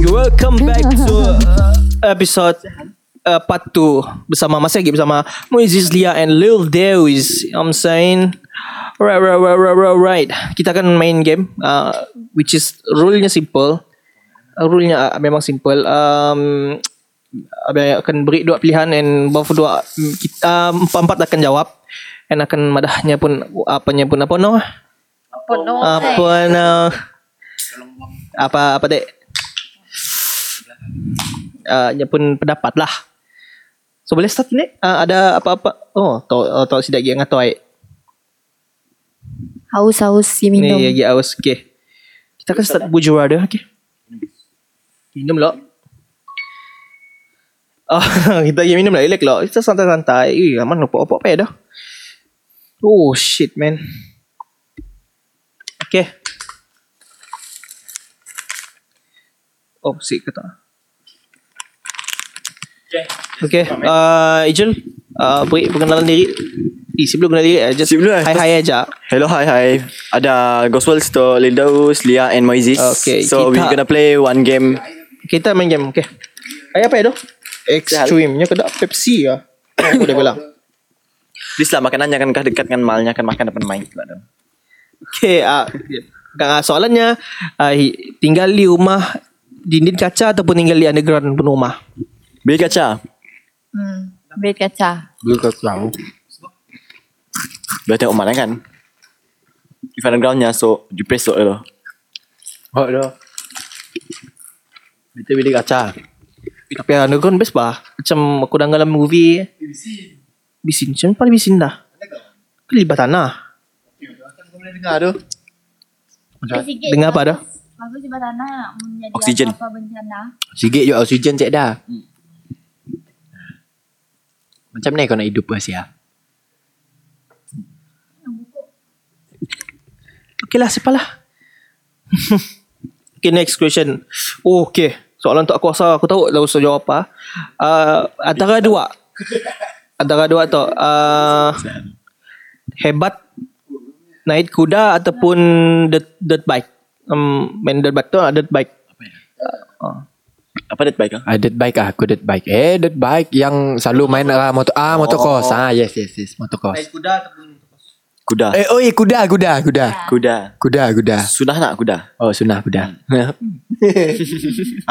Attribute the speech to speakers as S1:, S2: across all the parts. S1: Welcome back to uh, episode uh, part 2 bersama masih lagi bersama Moises Lia and Lil Dewis. You know what I'm saying right right right right right. right. Kita akan main game uh, which is rule-nya simple. Uh, rule-nya uh, memang simple. Um Abang akan beri dua pilihan and both dua mm, kita um, empat-empat akan jawab and akan madahnya pun uh, apanya pun apa no?
S2: Penuh
S1: Apa no? Apa apa dek? Uh, dia pun pendapat lah. So boleh start ni? Uh, ada apa-apa? Oh, to oh, to sidak yang atau ai.
S2: Haus-haus si
S1: Ni
S2: minum
S1: lagi awas okey. Kita akan start bujur ada okey. Minum lah. Ah, kita lagi minum lah. Relax lah. Kita santai-santai. Eh, aman opok-opok payah dah. Oh, shit, man. Okay. Oh, sik kata. Okay. Uh, Ijul, uh, beri perkenalan diri. Eh, sebelum perkenalan diri, uh, just
S3: Sebelum, eh?
S1: hai-hai aja.
S3: Hello, hi, hi. Ada Gospels to Lindaus, Lia and Moises.
S1: Okay, kita-
S3: so we're gonna play one game.
S1: Kita main game Okay Ayah apa ya doh? Extreme Nya kedap Pepsi ya Aku dah bilang
S3: Please lah makanannya akan kah dekat dengan malnya akan makan depan main. pula tu.
S1: Okay uh, Soalannya uh, Tinggal di rumah Dinding kaca Ataupun tinggal di underground pun rumah
S3: Beli kaca.
S2: hmm. Berit kaca
S4: Dia kat kau.
S3: Boleh tengok malnya kan? If undergroundnya so you press so dulu.
S4: Hot dah. Kita bilik kaca.
S1: Eh, Tapi underground best bah Macam aku dah dalam movie Bisin Macam paling bisin dah Kelibat tanah
S4: Boleh dengar tu.
S1: Dengar apa dah?
S2: Bagus di tanah Menjadi
S3: Oksigen.
S2: apa bencana
S4: Sikit je oksigen cek dah. Macam ni kau nak hidup pas ya?
S1: Okay lah sepalah Okay next question oh, Okay Soalan tak aku rasa Aku tahu dah usah jawab apa uh, Antara dua Antara dua tu uh, Hebat Naik kuda Ataupun Dirt, dirt bike um, Main dirt bike tu ah, Dirt bike
S3: Apa dia baik ah?
S4: Ah, dirt bike ah, aku dirt bike. Eh, dirt bike yang selalu main ah, motor ah, motor cross. Ah, yes yes yes, motor cross.
S1: kuda ataupun
S3: Kuda.
S4: Eh, oi, kuda, kuda, kuda.
S3: Kuda.
S4: Kuda, kuda.
S3: Sudah nak kuda.
S4: Oh, sunnah kuda.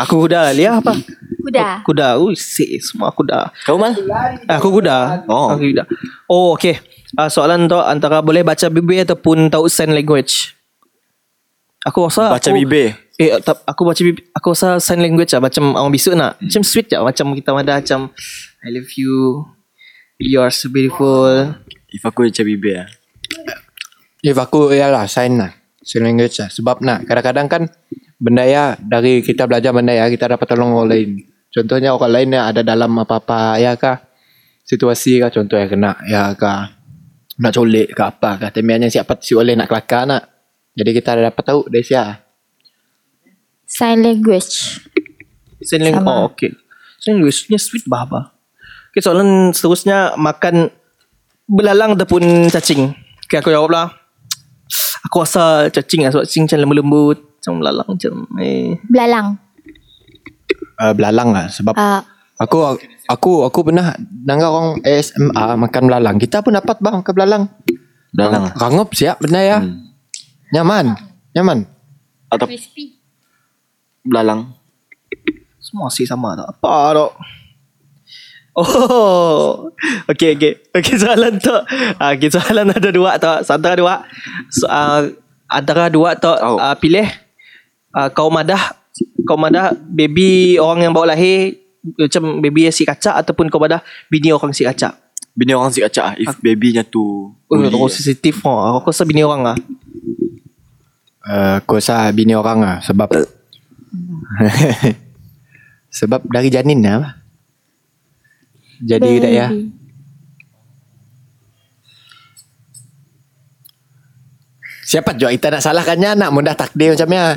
S1: Aku kuda lah Lia apa
S2: Kuda
S1: Kuda Ui sik Semua kuda
S3: Kau mal?
S1: Eh, Aku kuda
S3: Oh.
S1: Aku kuda Oh okay uh, Soalan tu Antara boleh baca bibir Ataupun tahu sign language Aku rasa
S3: Baca
S1: aku,
S3: bibir.
S1: Eh tak, aku baca bibir Aku rasa sign language lah Macam orang besok nak Macam sweet je Macam kita ada macam I love you You are so beautiful
S3: If aku baca bibir ah.
S4: If Eh, aku ialah sign lah. Sign language lah. Sebab nak kadang-kadang kan benda ya dari kita belajar benda ya kita dapat tolong orang lain. Contohnya orang lain yang ada dalam apa-apa ya kah situasi kah contohnya kena ya kah nak colek ke apa kah temiannya siapa si oleh nak kelakar nak. Jadi kita ada dapat tahu dari siapa.
S2: Sign language
S1: Sign language
S2: Sama.
S1: Oh okay Sign language nya sweet bah bah Okay soalan seterusnya Makan Belalang ataupun cacing Okay aku jawab lah Aku rasa cacing lah Sebab cacing macam lembut-lembut Macam belalang macam eh.
S2: Belalang
S4: Uh, belalang lah sebab
S2: uh,
S4: Aku aku aku pernah dengar orang ASMR makan belalang. Kita pun dapat bang makan belalang.
S3: Belalang lah.
S4: Rangup siap benda ya. Hmm. Nyaman. Nyaman.
S3: Atau
S2: Crispy
S3: belalang.
S1: Semua asyik sama tak Apa tak Oh Okay okay Okay soalan tu Ah, Okay soalan ada dua tak So, Antara dua so, uh, Antara dua tak oh.
S3: Oh.
S1: uh, Pilih uh, Kau madah Kau madah Baby orang yang bawa lahir Macam baby yang si kaca Ataupun kau madah Bini orang si kaca
S3: Bini orang si acak ah. If babynya tu.
S1: Oh
S3: uli
S1: terlalu
S3: ah.
S1: sensitif oh. Aku rasa bini orang lah
S4: Uh, aku rasa bini orang lah sebab sebab dari janin lah bah. jadi
S2: Baby.
S4: tak ya siapa juga kita nak salahkannya nak mudah takdir macamnya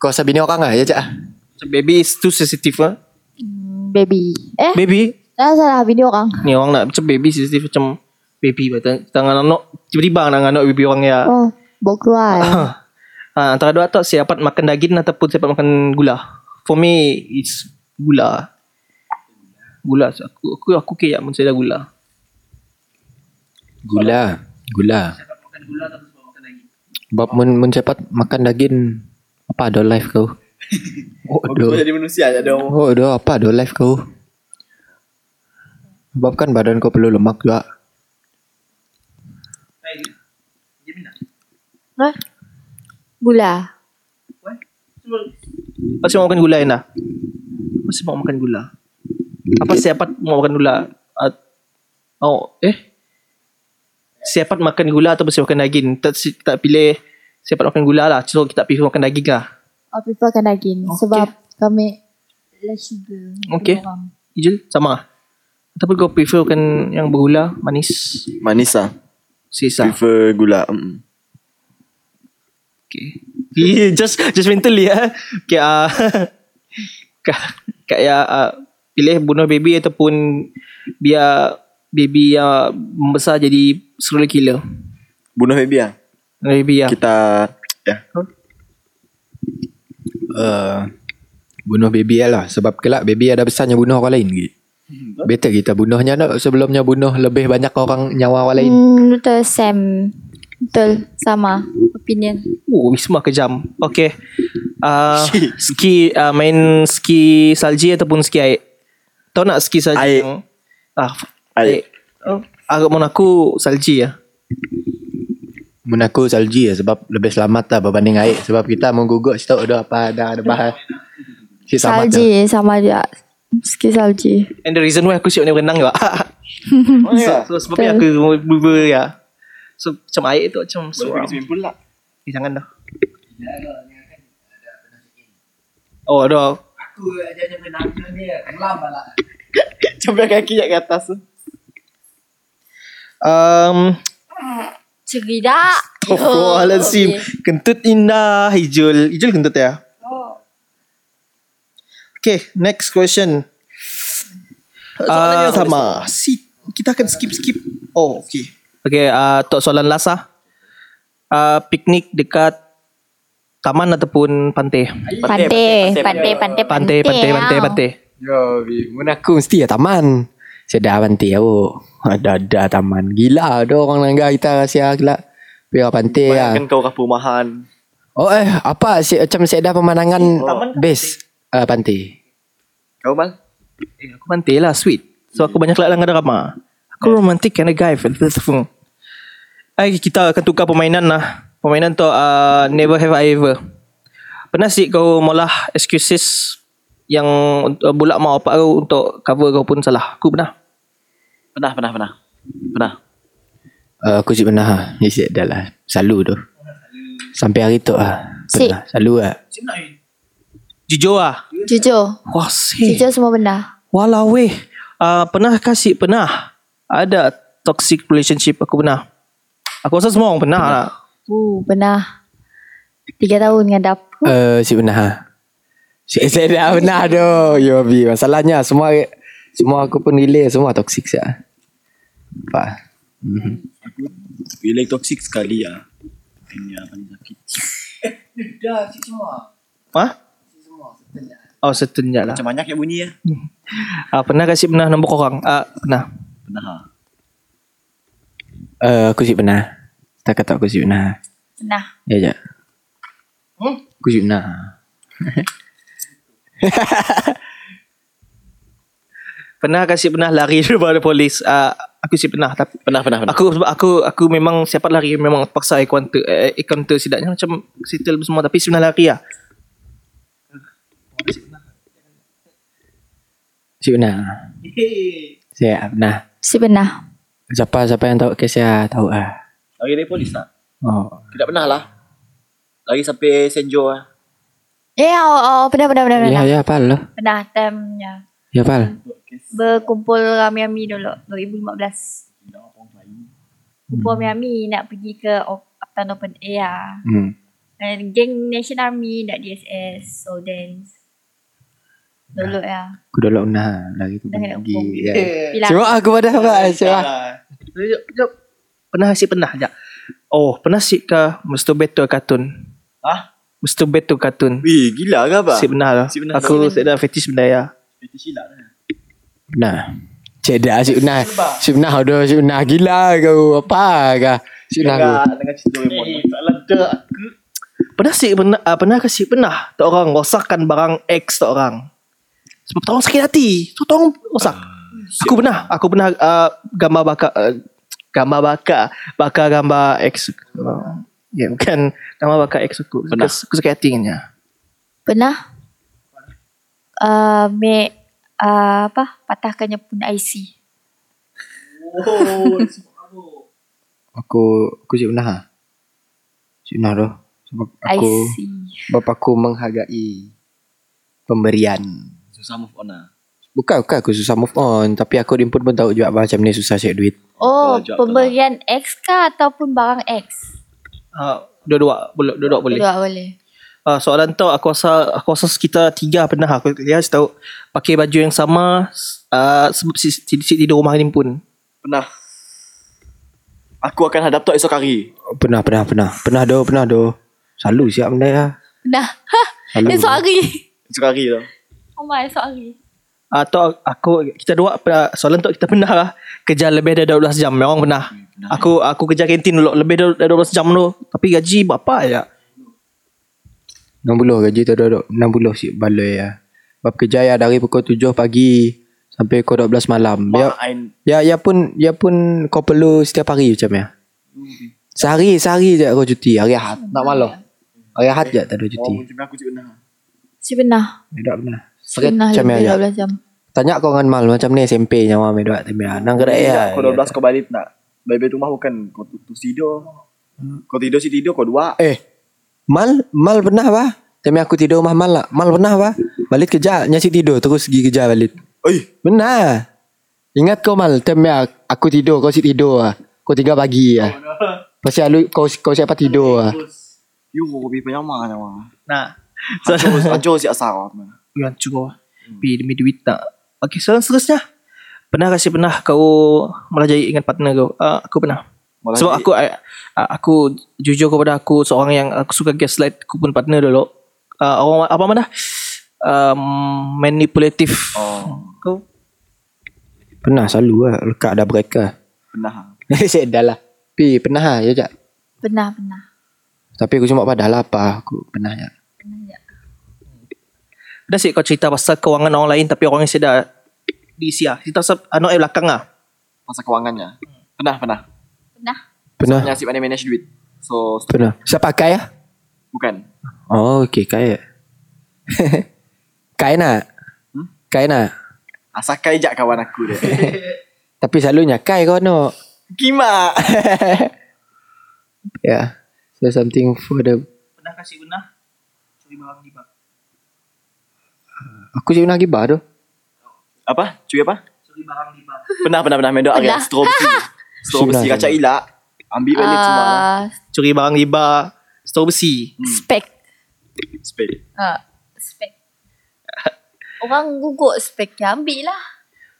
S4: kau rasa bini orang lah ya cak
S1: Macam Baby is too sensitive lah
S2: Hmm, Baby Eh
S1: Baby
S2: Dah salah bini orang
S1: Ni orang nak Macam baby sensitif Macam baby Tangan anak Tiba-tiba anak-anak baby orang ya
S2: Oh Bawa keluar
S1: Ha, antara dua tu siapa makan daging ataupun siapa makan gula. For me it's gula. Gula aku aku aku kayak mun saya dah gula.
S4: Gula, gula. Bab mun mun cepat makan daging apa ada live kau? Oh,
S3: Kau
S4: aduh.
S3: jadi manusia tak ada
S4: Oh, aduh apa ada live kau? Sebab kan badan kau perlu lemak juga.
S2: Hah? Gula.
S1: Masih mau makan gula Ina? Masih mau makan gula. Apa siapa mau makan gula? At- Oh, eh. Siapa makan gula atau masih makan daging? Tak si- tak pilih siapa makan gula lah. So kita pilih makan daging lah.
S2: I prefer kan daging
S1: Okay.
S2: sebab kami less sugar.
S1: Okay.
S2: Kurang.
S1: Ijul sama. lah. Ataupun kau prefer makan yang bergula manis
S3: Manis lah
S1: sisa.
S3: Prefer gula mm.
S1: Okay. Yeah, just just mentally ya. Okay, ah. kak kak ya ah, pilih bunuh baby ataupun biar baby yang besar jadi serial killer.
S3: Bunuh baby lah
S1: Baby ya.
S3: Kita Ya
S4: Uh, bunuh baby ya lah sebab kelak baby ada besarnya bunuh orang lain gitu. Better kita bunuhnya nak sebelumnya bunuh lebih banyak orang nyawa orang lain.
S2: Hmm, betul Sam. Betul sama opinion.
S1: Oh, Wisma kejam. Okay. Ah, ski ah, main ski salji ataupun ski air. Tahu nak ski salji?
S3: Air.
S1: yang- Ah,
S3: Air.
S1: air. Oh, agak mau aku salji ya.
S4: Mun aku salji ya sebab lebih selamat lah berbanding air sebab kita mengguguk situ ada apa ada ada bahaya. Si selamat lah. tu.
S2: salji sama dia. Ski salji.
S1: And the reason why aku siap ni berenang juga.
S3: Oh ya
S1: so, so sebabnya aku berubah ya. So macam air tu macam seram.
S3: Swimming lah
S1: Eh, jangan dah. Oh, ada.
S3: Sampai kaki kat atas tu
S1: Um,
S2: Cerita.
S1: Astagfirullahaladzim. Kentut indah. Hijul. Hijul kentut ya? Okay, next question. Ah,
S3: Soalan yang sama.
S1: Si, kita akan skip-skip. Oh, okay. Okay, uh, untuk soalan lasa. Uh, piknik dekat taman ataupun pantai?
S2: Pantai, pantai, pantai, lah.
S1: Pantai, pantai, pantai, pantai.
S4: Yo, bi. mun aku mesti ya taman. Sedah pantai aku. Ada ada taman. Gila ada orang langgar kita lah rahsia gila. Biar pantai ya.
S3: Bayangkan kau kat perumahan
S4: Oh eh apa si, macam sedah pemandangan
S1: Taman ke
S4: base uh, pantai.
S3: Kau mal
S1: Eh, aku pantai lah, sweet. So aku banyak lalang drama. Aku romantic kind of guy, feel beautiful. Ay, kita akan tukar permainan lah. Permainan tu uh, Never Have I Ever. Pernah sih kau maulah excuses yang uh, bulak mau apa kau untuk cover kau pun salah. Aku pernah.
S3: Pernah pernah pernah Pernah
S4: Uh, aku cik pernah ha. Ya cik dah lah Selalu tu Sampai hari tu lah
S2: Cik.
S4: Pernah Selalu lah
S1: Jujur lah.
S2: Jujur.
S1: Wah, sih.
S2: Jujur semua benda.
S1: Walau weh. Uh, pernah kasih pernah. Ada toxic relationship aku pernah. Aku rasa semua orang pernah, lah.
S2: Uh, pernah tiga tahun ngadap.
S4: uh, Cik pernah ha. Cik saya dah pernah tu Yo bi Masalahnya semua Semua aku pun relay Semua toxic ah. siya Apa
S3: Relay toxic sekali lah Ini yang paling sakit
S1: Ha? Oh, setenjak lah.
S3: Macam banyak yang bunyi ya
S1: Ah, pernah kasih pernah nombor korang? Ah, pernah.
S3: Pernah ha
S4: uh, Aku cik pernah Tak kata aku cik pernah
S2: Pernah.
S4: Ya jap
S1: Hmm?
S4: Aku cik pernah
S1: Pernah kasih pernah lari daripada polis. Ah, aku sih pernah tapi
S3: Pernah pernah pernah
S1: aku sebab aku aku memang siapa lari memang paksa encounter eh, encounter sidaknya macam settle semua tapi sebenarnya lari lah.
S4: Cik pernah Saya pernah
S2: Si pernah.
S4: Siapa siapa yang tahu kes saya tahu lah
S3: Lari dari polis tak?
S4: Oh
S3: Tidak pernah lah Lari sampai Senjo lah
S2: Ya, yeah, oh, oh, pernah, pernah, pernah, pernah.
S4: Ya ya pal lo
S2: Pernah time-nya.
S4: Ya pal
S2: Berkumpul rami-rami dulu 2015. Kumpul rami-rami nak pergi ke op- Uptown Open Air lah.
S4: hmm.
S2: And geng Nation Army dah DSS. So then dulu ya.
S4: Aku dah lock nah lah. lagi tu
S2: Dah kena
S4: pergi.
S2: hukum.
S4: Ya.
S2: Bila
S4: Cuma aku pada apa? Cuma.
S1: Jom, jom. Pernah kasih pernah jap. Oh, pernah sih ke masturbator kartun?
S3: Hah?
S1: Masturbate tu kartun.
S3: Weh, gila ke apa?
S1: Asyik benar lah.
S3: Asyik benar.
S1: Aku asyik dah fetish benda ya.
S3: Itu silap lah.
S4: Nah. Cik dah asyik nah. Asyik nah dah asyik nah gila kau apa kah? Asyik nah kau.
S3: Dengar, dengar cerita Doraemon.
S1: Pernah sih pernah uh, pernah ke sih pernah tak orang rosakkan barang ex tak orang. Sebab tak orang sakit hati. So tak orang rosak.
S3: Ah,
S1: aku pernah, aku pernah uh, gambar bakar uh, gambar bakar, bakar gambar ex. Uh, ya yeah, bukan gambar bakar ex aku.
S3: Pernah.
S1: Aku, aku sakit hati kan, ya. dengannya.
S2: Pernah uh, Mek uh, Apa Patahkannya pun IC
S4: Aku aku asyik nah. ah. Asyik nah dah. Sebab aku
S2: IC
S4: sebab aku menghargai pemberian.
S3: Susah move on lah.
S4: Bukan bukan aku susah move on tapi aku pun pun tahu juga macam ni susah cari duit.
S2: Oh
S3: Betul, jawab
S2: Pemberian X kah Ataupun barang X
S1: Uh, dua-dua boleh dua-dua boleh.
S2: Dua boleh
S1: Uh, soalan tu aku rasa aku rasa sekitar tiga pernah aku dia tahu pakai baju yang sama uh, sebab si, si, si, tidur rumah ni pun.
S3: Pernah. Aku akan hadap tu esok hari.
S4: Pernah pernah pernah. Pernah dah pernah dah. Selalu siap benda ya.
S2: Nah
S4: Hello.
S2: Esok hari
S3: Esok hari tau.
S2: Oh my esok hari
S1: Atau Ha, aku kita dua pernah- soalan tu kita pernah lah kerja lebih dari 12 jam memang Hmm, pernah. Aku aku kerja kantin dulu lebih dari 12 jam tu tapi gaji berapa ya?
S4: 60 gaji tu duduk 60 si baloi ya. Bab kerja ya dari pukul 7 pagi sampai pukul 12 malam. Ya
S3: Mak Ain.
S4: ya ya pun ya pun kau perlu setiap hari macam ya. Sehari sehari je kau cuti hari Ahad. Nak malam. Hari Ahad je tak ada
S3: Oh,
S4: cuti.
S3: macam mana aku cik pernah.
S2: Si pernah
S4: Tak pernah. Sakit
S2: Pernah
S4: macam ya.
S2: lebih
S4: ya.
S2: 12 jam
S4: Tanya kau dengan Mal macam ni SMP nyawa me dua temia. Nang gerak ya.
S3: Kau 12 kau balik nak. Balik-balik rumah bukan kau tu, tu tidur. Kau tidur si tidur kau dua.
S4: Eh. Mal Mal pernah apa? Temia aku tidur rumah Mal lah. Mal pernah apa? Balik kerja nyasi tidur terus pergi kerja balik.
S3: Oi,
S4: Benar. Ingat kau mal time ya, aku tidur kau si tidur ah. Kau tiga pagi ah. Pasti alu kau kau siapa tidur ah.
S3: you kau pergi payama nyawa.
S1: Nah, soalan
S3: Anjur, anjur si asal kau.
S1: yang cukup. Pi demi duit tak. Okey, soalan seterusnya. Pernah kasi pernah kau melajai dengan partner kau? Uh, aku pernah.
S3: Melajai?
S1: Sebab aku I- uh, aku jujur kepada aku seorang yang aku suka gaslight aku pun partner dulu. Uh, orang apa mana? Um, manipulative.
S3: Oh.
S1: Kau
S4: Pernah selalu ah lekat ada mereka.
S3: Pernah. ha.
S4: Saya dah lah. Pi pernah ah ya jak.
S2: Pernah pernah
S4: Tapi aku cuma padah lah apa aku pernah ya.
S2: Pernah je
S1: Dah sih kau cerita pasal kewangan orang lain tapi orang yang sedar di Sia. Cerita pasal anak yang belakang lah.
S3: Masa kewangannya. Pernah, pernah.
S2: Pernah
S4: Pernah.
S3: Hanya asyik pandai manage duit. So,
S4: Pernah. Siapa kaya?
S3: bukan.
S4: Oh okey kaya. kaya nak. Kaya nak.
S3: Asakai je kawan aku dia.
S4: Tapi selalunya kaya kau no.
S3: Kima.
S4: Ya. So something for the
S1: Pernah kasih pernah curi barang di bak.
S4: Ah, Aku sih nak gibah tu.
S3: Apa? Cuy apa?
S1: Curi barang di bak.
S3: Pernah, pernah, pernah. Mendok
S2: Pernah.
S3: agak. Strom besi. Strom besi.
S4: Sudah.
S3: Kacak ilak. Ambil balik semua.
S2: Ah,
S1: Curi barang di bak. Store besi.
S2: Hmm. Spek
S3: Spade.
S2: Ah, Spek Orang gugur spek ya, Ambil lah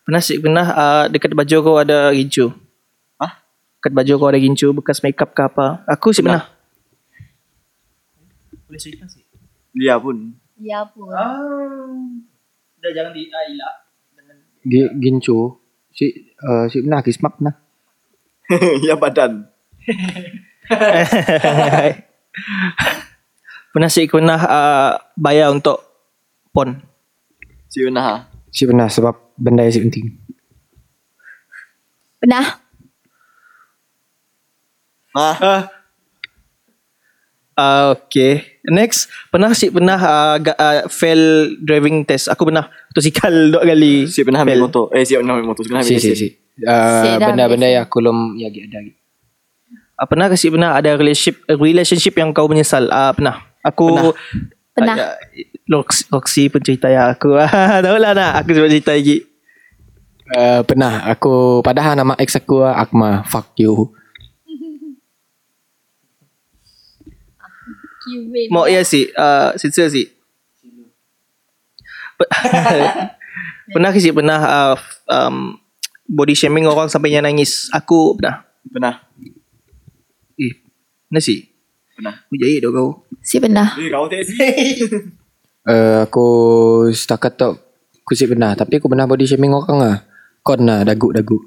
S1: Pernah sih pernah uh, dekat baju kau ada gincu.
S3: Hah?
S1: Dekat baju kau ada gincu bekas makeup ke apa. Aku sih pernah. Boleh cerita sih.
S3: Dia pun.
S2: Ya apa
S1: Ah. Dah jangan di ah, hilang.
S4: Gi- Gincu Si uh, Si nak Kismak nah
S3: ya badan.
S1: Pernah sih pernah uh, bayar untuk pon.
S3: Si Unah.
S4: Si pernah sebab Benda yang si penting
S2: Pernah
S3: Nah,
S1: Ah, okay. Next, pernah si pernah uh, ga, uh, fail driving test. Aku pernah tusikal dua kali.
S3: si pernah ambil
S1: Fail.
S3: motor. Eh, si pernah ambil motor. Si pernah ambil
S4: Si si
S3: lesen.
S4: Ah, si uh,
S2: Si dah
S4: Benda-benda
S2: ambil
S4: yang aku belum Ya ada
S1: Uh, pernah ke si pernah ada relationship eh, relationship yang kau menyesal? Ah, pernah. Aku Ah,
S2: Pernah.
S1: ya, Lox, Loxi pun cerita ya aku. Tahu lah nak. Aku cuba cerita lagi.
S4: uh, Pernah Aku Padahal nama ex aku ah, Akma Fuck you
S2: Kiwin
S1: Mau ya si, uh, sincere si. Pe- pernah ke si pernah uh, f- um, body shaming orang sampai yang nangis? Aku pernah.
S3: Pernah.
S1: Eh, pernah si?
S3: Pernah.
S1: Aku jahit dah kau.
S2: Si pernah.
S3: Eh, kau tak sih.
S4: Uh, aku setakat tak Aku sip pernah Tapi aku pernah body shaming orang lah Kon lah Daguk-daguk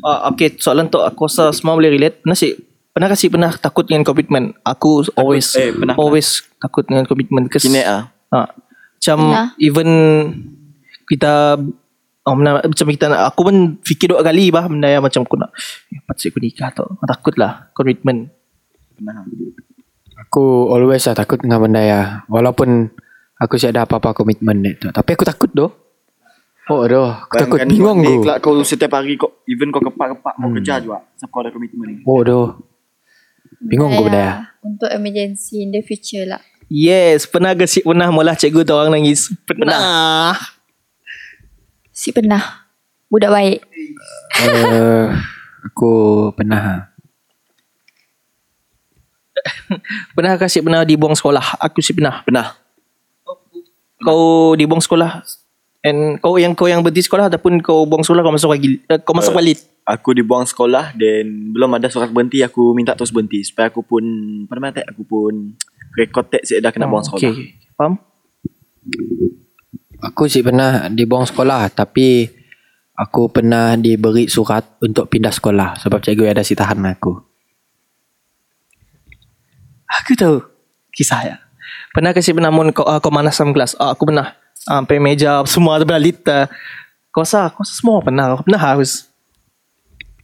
S1: Ah, okay, soalan tu aku rasa semua boleh relate. Pernah sih, pernah kasi pernah takut dengan komitmen. Aku always
S3: eh, pernah,
S1: always takut dengan komitmen. Kes,
S3: Kini ah.
S1: Ah, macam
S2: Pernah.
S1: even kita oh, mana, macam kita nak- aku pun fikir dua kali bah benda yang macam aku nak eh, patut aku nikah tu. Takut lah komitmen.
S3: Pernah.
S4: Aku always lah takut dengan benda ya Walaupun Aku siap ada apa-apa komitmen ni tu Tapi aku takut doh Oh doh Aku takut
S3: Bayangkan
S4: bingung Hmm.
S3: kau ni,
S4: aku
S3: Kelak kau setiap hari kau even kau kepak-kepak kau kerja juga. Sebab kau ada komitmen ni.
S4: Oh doh Bingung aku benda ya
S2: Untuk emergency in the future lah.
S1: Yes, pernah ke sih pernah mula cikgu tu orang nangis? Pernah.
S2: Si pernah. Budak baik.
S4: Eh, Aku pernah
S1: Pernah ke sih pernah dibuang sekolah? Aku sih pernah.
S3: Pernah.
S1: Kau dibuang sekolah and kau yang kau yang berhenti sekolah ataupun kau buang sekolah kau masuk lagi eh, kau masuk balik.
S3: Aku dibuang sekolah dan belum ada surat berhenti aku minta terus berhenti supaya aku pun apa nama tak aku pun rekod tak saya dah kena
S4: Oh,
S3: buang sekolah.
S1: Okay, okay. Oh, Faham?
S4: Aku sih pernah dibuang sekolah Tapi Aku pernah diberi surat Untuk pindah sekolah Sebab cikgu ada si tahan aku
S1: Aku tahu kisah ya. Pernah kasi pernah mon kau, ah, kau manas dalam kelas. Ah, aku pernah. Ah, Sampai meja semua terbelit. Uh, kau rasa, kau rasa semua pernah. Kau pernah ah, harus.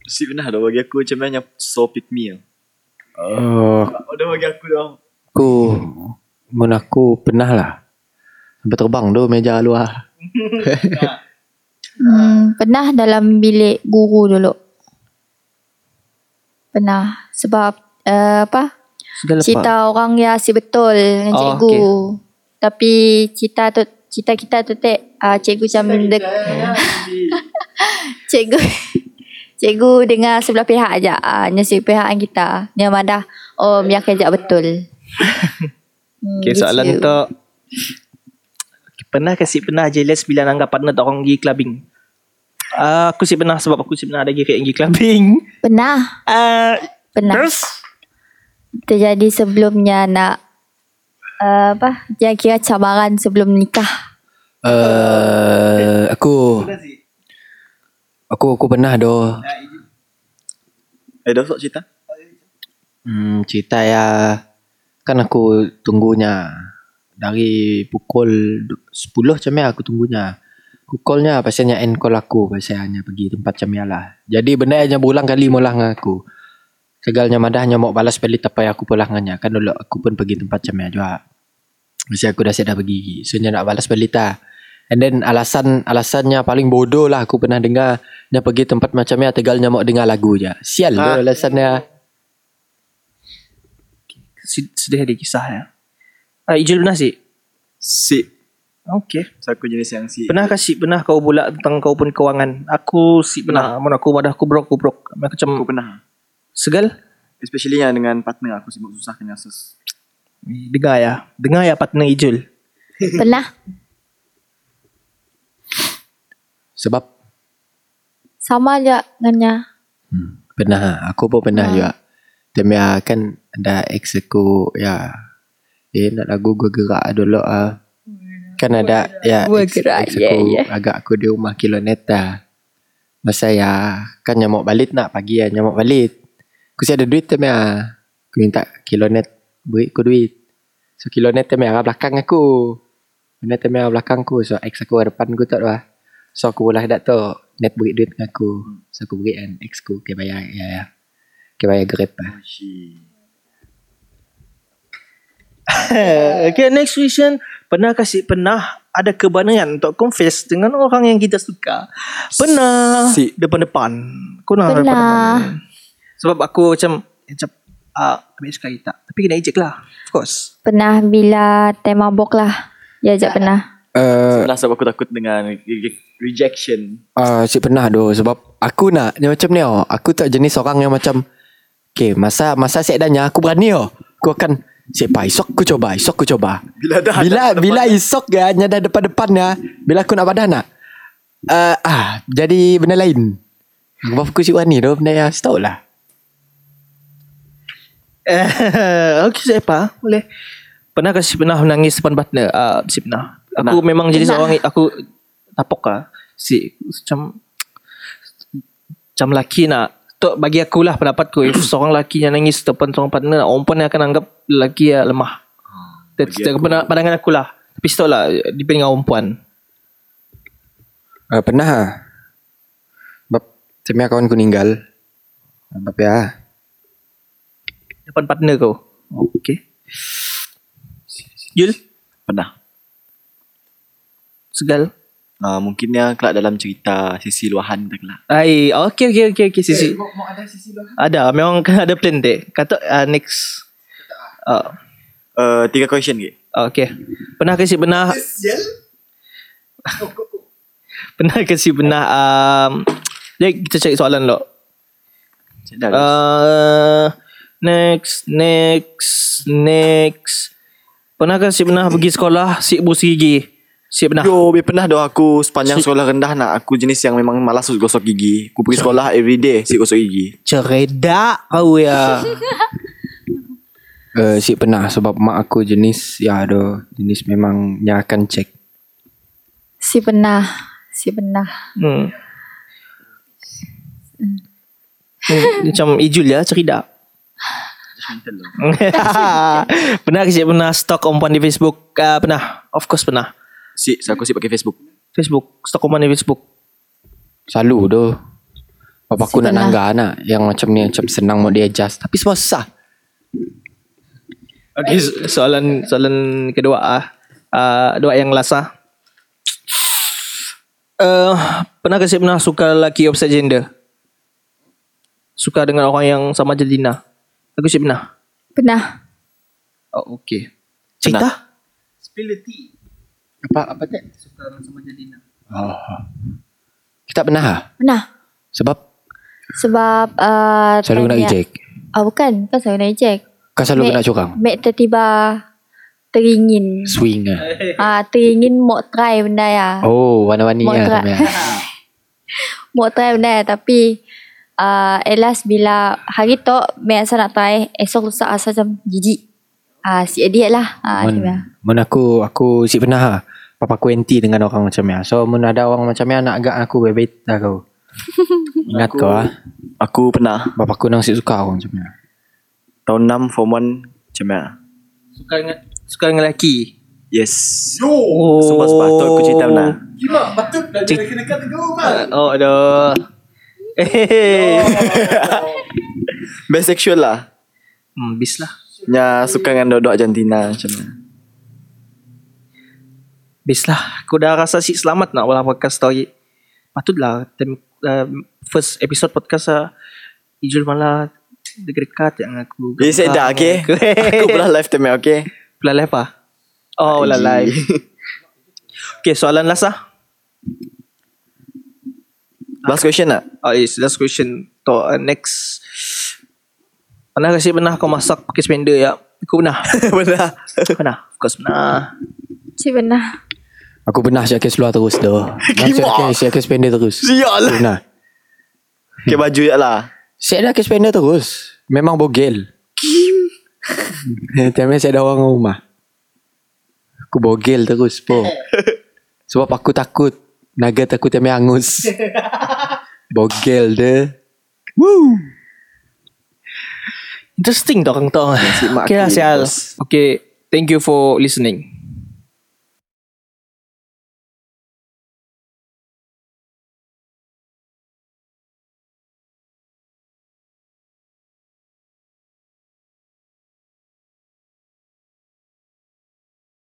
S3: Si pernah dah bagi aku macam mana yang so pick me. ah.
S4: Oh,
S3: Oh, dah bagi aku dah.
S4: aku Mun aku pernah lah Sampai terbang tu meja luar
S1: Ah.
S2: Hmm, pernah dalam bilik guru dulu. Pernah. Sebab uh, apa?
S1: Sudah lepas.
S2: Cita orang ya si betul dengan
S1: Oh,
S2: cikgu. Tapi cita tu cita kita tu tek uh, cikgu macam dek, cikgu cikgu dengar sebelah pihak aja ah uh, si pihak kita. Dia madah oh yang kerja betul. hmm,
S1: Okay, soalan
S2: gitu.
S1: tu. Pernah kasi pernah jealous bila anggap partner tu orang pergi clubbing? Ah, aku sih pernah sebab aku sih pernah ada gigi pergi clubbing.
S2: Pernah,
S1: Ah,
S2: pernah.
S1: terus?
S2: terjadi sebelumnya nak uh, apa dia kira cabaran sebelum nikah
S4: uh, Aku Aku aku pernah doh
S3: Eh dah sok cerita.
S4: hmm, Cerita ya Kan aku tunggunya Dari pukul du- 10 macam ya aku tunggunya Aku callnya pasalnya end call aku Pasal hanya pergi tempat macam ya lah Jadi benda hanya berulang kali mulang dengan aku Segalnya madahnya mau balas balik apa yang aku pulangannya Kan dulu aku pun pergi tempat macam ya juga Mesti aku dah siap dah pergi So dia nak balas balik lah And then alasan Alasannya paling bodoh lah Aku pernah dengar Dia pergi tempat macam ya Tegalnya mau dengar lagu je Sial
S1: Ah.
S4: ah. alasannya
S1: Sud- Sudah ada kisah ya. Ah, Ijul pernah sih?
S3: Si.
S1: Okay.
S3: So aku jenis yang si.
S1: Pernah kasi pernah kau pula tentang kau pun kewangan? Aku si pernah. Mana aku badah aku brok aku brok.
S3: Aku
S1: Macam
S3: pernah.
S1: segal.
S3: Especially yang dengan partner aku sibuk susah kena sus.
S1: Dengar ya. Dengar ya partner Ijul.
S2: pernah
S4: Sebab
S2: sama aja dengannya
S4: pernah ah. aku pun pernah juga. Tapi ya, kan ada ex aku ya. Eh nak lagu gua gerak dulu ah. Kan ada ya
S2: Gua
S4: ex,
S2: gerak,
S4: ex aku
S2: yeah, yeah.
S4: agak aku di rumah kiloneta. Masa ya kan nyamuk balik nak pagi ya nyamuk balik. Aku si ada duit tapi ya. Aku minta kilonet beri aku duit. So kilonet tapi arah belakang aku. Kilonet tapi arah belakang aku. So ex aku arah depan aku tak tahu lah. So aku ulah dak tu Net beri duit dengan aku So aku beri kan Ex ku Okay bayar ya, ya. Okay bayar grab lah
S3: Oh, she.
S1: okay, next question. Pernah kasi pernah ada kebanangan untuk confess dengan orang yang kita suka? Pernah.
S3: Si.
S1: Depan-depan. Kau nak
S2: Pernah.
S1: depan-depan. Sebab aku macam macam ah ambil suka kita. Tapi kena ejek lah. Of course.
S2: pernah bila tema mabok lah dia ajak pernah
S4: uh,
S3: Pernah sebab aku takut dengan re- rejection.
S4: uh, Cik pernah doh Sebab aku nak Dia macam ni oh Aku tak jenis orang yang macam Okay masa Masa Cik danya Aku berani oh Aku akan Cik pa esok aku coba Esok aku coba
S3: Bila dah
S4: Bila bila esok ya Nya dah depan-depan ya Bila aku nak badan nak uh, ah, Jadi benda lain Sebab aku si berani doh Benda yang setahun lah
S1: Eh, Okey Zepa, boleh. Pernah ke si pernah nangis depan partner? Ah, si pernah. Aku memang jadi
S2: Pernah.
S1: seorang aku tapok lah. Si macam macam lelaki nak Tok bagi aku lah pendapatku If seorang lelaki yang nangis depan seorang partner Orang yang akan anggap lelaki yang lemah That's
S3: bagi
S1: Hmm, aku. pandangan aku lah Tapi stop lah Depend dengan perempuan
S4: Uh, pernah ah. Bab Semia kawan ku meninggal. Bab ya.
S1: Depan partner kau Okay Yul
S3: Pernah.
S1: Segal
S3: Uh, mungkinnya kelak dalam cerita sisi luahan kita kelak.
S1: Hai, okay, okay, okay, okay, sisi. Eh, ada memang kena ada plan dek. Kata uh, next. Uh,
S3: Uh, tiga question ke?
S1: Oh, okay. Pernah kasi pernah. Oh, pernah kasi pernah. Um, jadi kita cari soalan lo.
S3: Macam dah.
S1: Uh, next, next, next. Pernah kasi pernah pergi sekolah si busi gigi. Si pernah.
S3: Yo, be pernah doa aku sepanjang sekolah rendah nak aku jenis yang memang malas gosok gigi. Aku pergi sekolah every day si gosok gigi.
S1: Cereda kau ya.
S4: Uh, si pernah sebab mak aku jenis ya ada jenis memang yang akan cek.
S2: Si pernah. Si pernah.
S1: hmm. Hmm, Macam Ijul ya cerida. pernah ke Cik pernah stalk perempuan di Facebook? Ah, pernah. Of course pernah.
S3: Si, so aku si pakai Facebook.
S1: Facebook, stalk perempuan di Facebook.
S4: Selalu doh. Bapak aku
S2: Si
S4: nak
S2: pernah.
S4: nangga anak yang macam ni macam senang mau dia adjust tapi semua sah.
S1: Okay, so- soalan soalan kedua ah. Ah, dua yang lasa. Eh, pernah ke Cik pernah suka lelaki opposite gender? Suka dengan orang yang sama jendina. Aku Cik pernah.
S2: Pernah.
S1: Oh, okay. Cerita?
S4: Apa apa tak? Oh. Kita pernah ah?
S2: Pernah.
S4: sebab
S2: Sebab uh,
S4: selalu nak reject.
S2: Ah oh, bukan, bukan selalu nak reject.
S4: Kau selalu
S2: Mek-
S4: nak curang.
S2: Mek tertiba teringin.
S4: Swing ah.
S2: Ah teringin mok try benda ya.
S4: Oh, warna-warni
S2: Mau
S4: ah.
S2: try.
S4: Samia.
S2: Mok try benda ya, tapi uh, Elas bila hari tu Mek asal nak try, esok lusa asal macam jijik. Ah si edit lah. Ah
S4: Mun,
S2: dia.
S4: mun aku aku si pernah ha. Papa aku anti dengan orang macam ni. ah. So mun ada orang macam ni ah, nak agak aku bebet dah kau. Ingat
S3: Aku-
S4: kau ah.
S3: Aku pernah
S4: Bapa aku nang si suka orang macam ni. ah.
S3: tahun 6 form 1 macam mana?
S1: Suka dengan suka dengan lelaki.
S3: Yes.
S1: Oh.
S3: Sumpah sebab tu aku cerita pernah.
S1: Oh, aduh. Eh.
S3: Bisexual lah.
S1: Hmm, bis lah.
S3: Ya, suka dengan dodok jantina macam mana?
S1: Bis lah. Aku dah rasa si selamat nak olah podcast story. Patutlah tem, uh, first episode podcast uh, Ijul malah dekat-dekat yang aku.
S3: Dia said dah, okay?
S1: Aku,
S3: aku pernah live tema, okay?
S1: pula live ah. Oh, pula live. okay, soalan last lah.
S3: Last question lah. nak?
S1: Oh, yes, last question. To uh, next. Pernah kasi pernah kau masak pakai spender ya? Aku pernah.
S3: pernah.
S1: pernah. Of course pernah.
S2: Si pernah.
S4: Aku pernah siap ke seluar terus dah. Siap ke siap ke spender terus.
S3: Sial lah.
S4: Pernah.
S3: Okay, baju ya lah.
S4: Siap dah ke spender terus. Memang bogel. Tapi saya ada orang rumah. Aku bogel terus po. Sebab aku takut. Naga takut yang angus. Bogel deh.
S1: Interesting tu orang tu.
S3: mak
S1: Okay lah
S3: aku
S1: Sial.
S3: bos.
S1: Okay. Thank you for listening.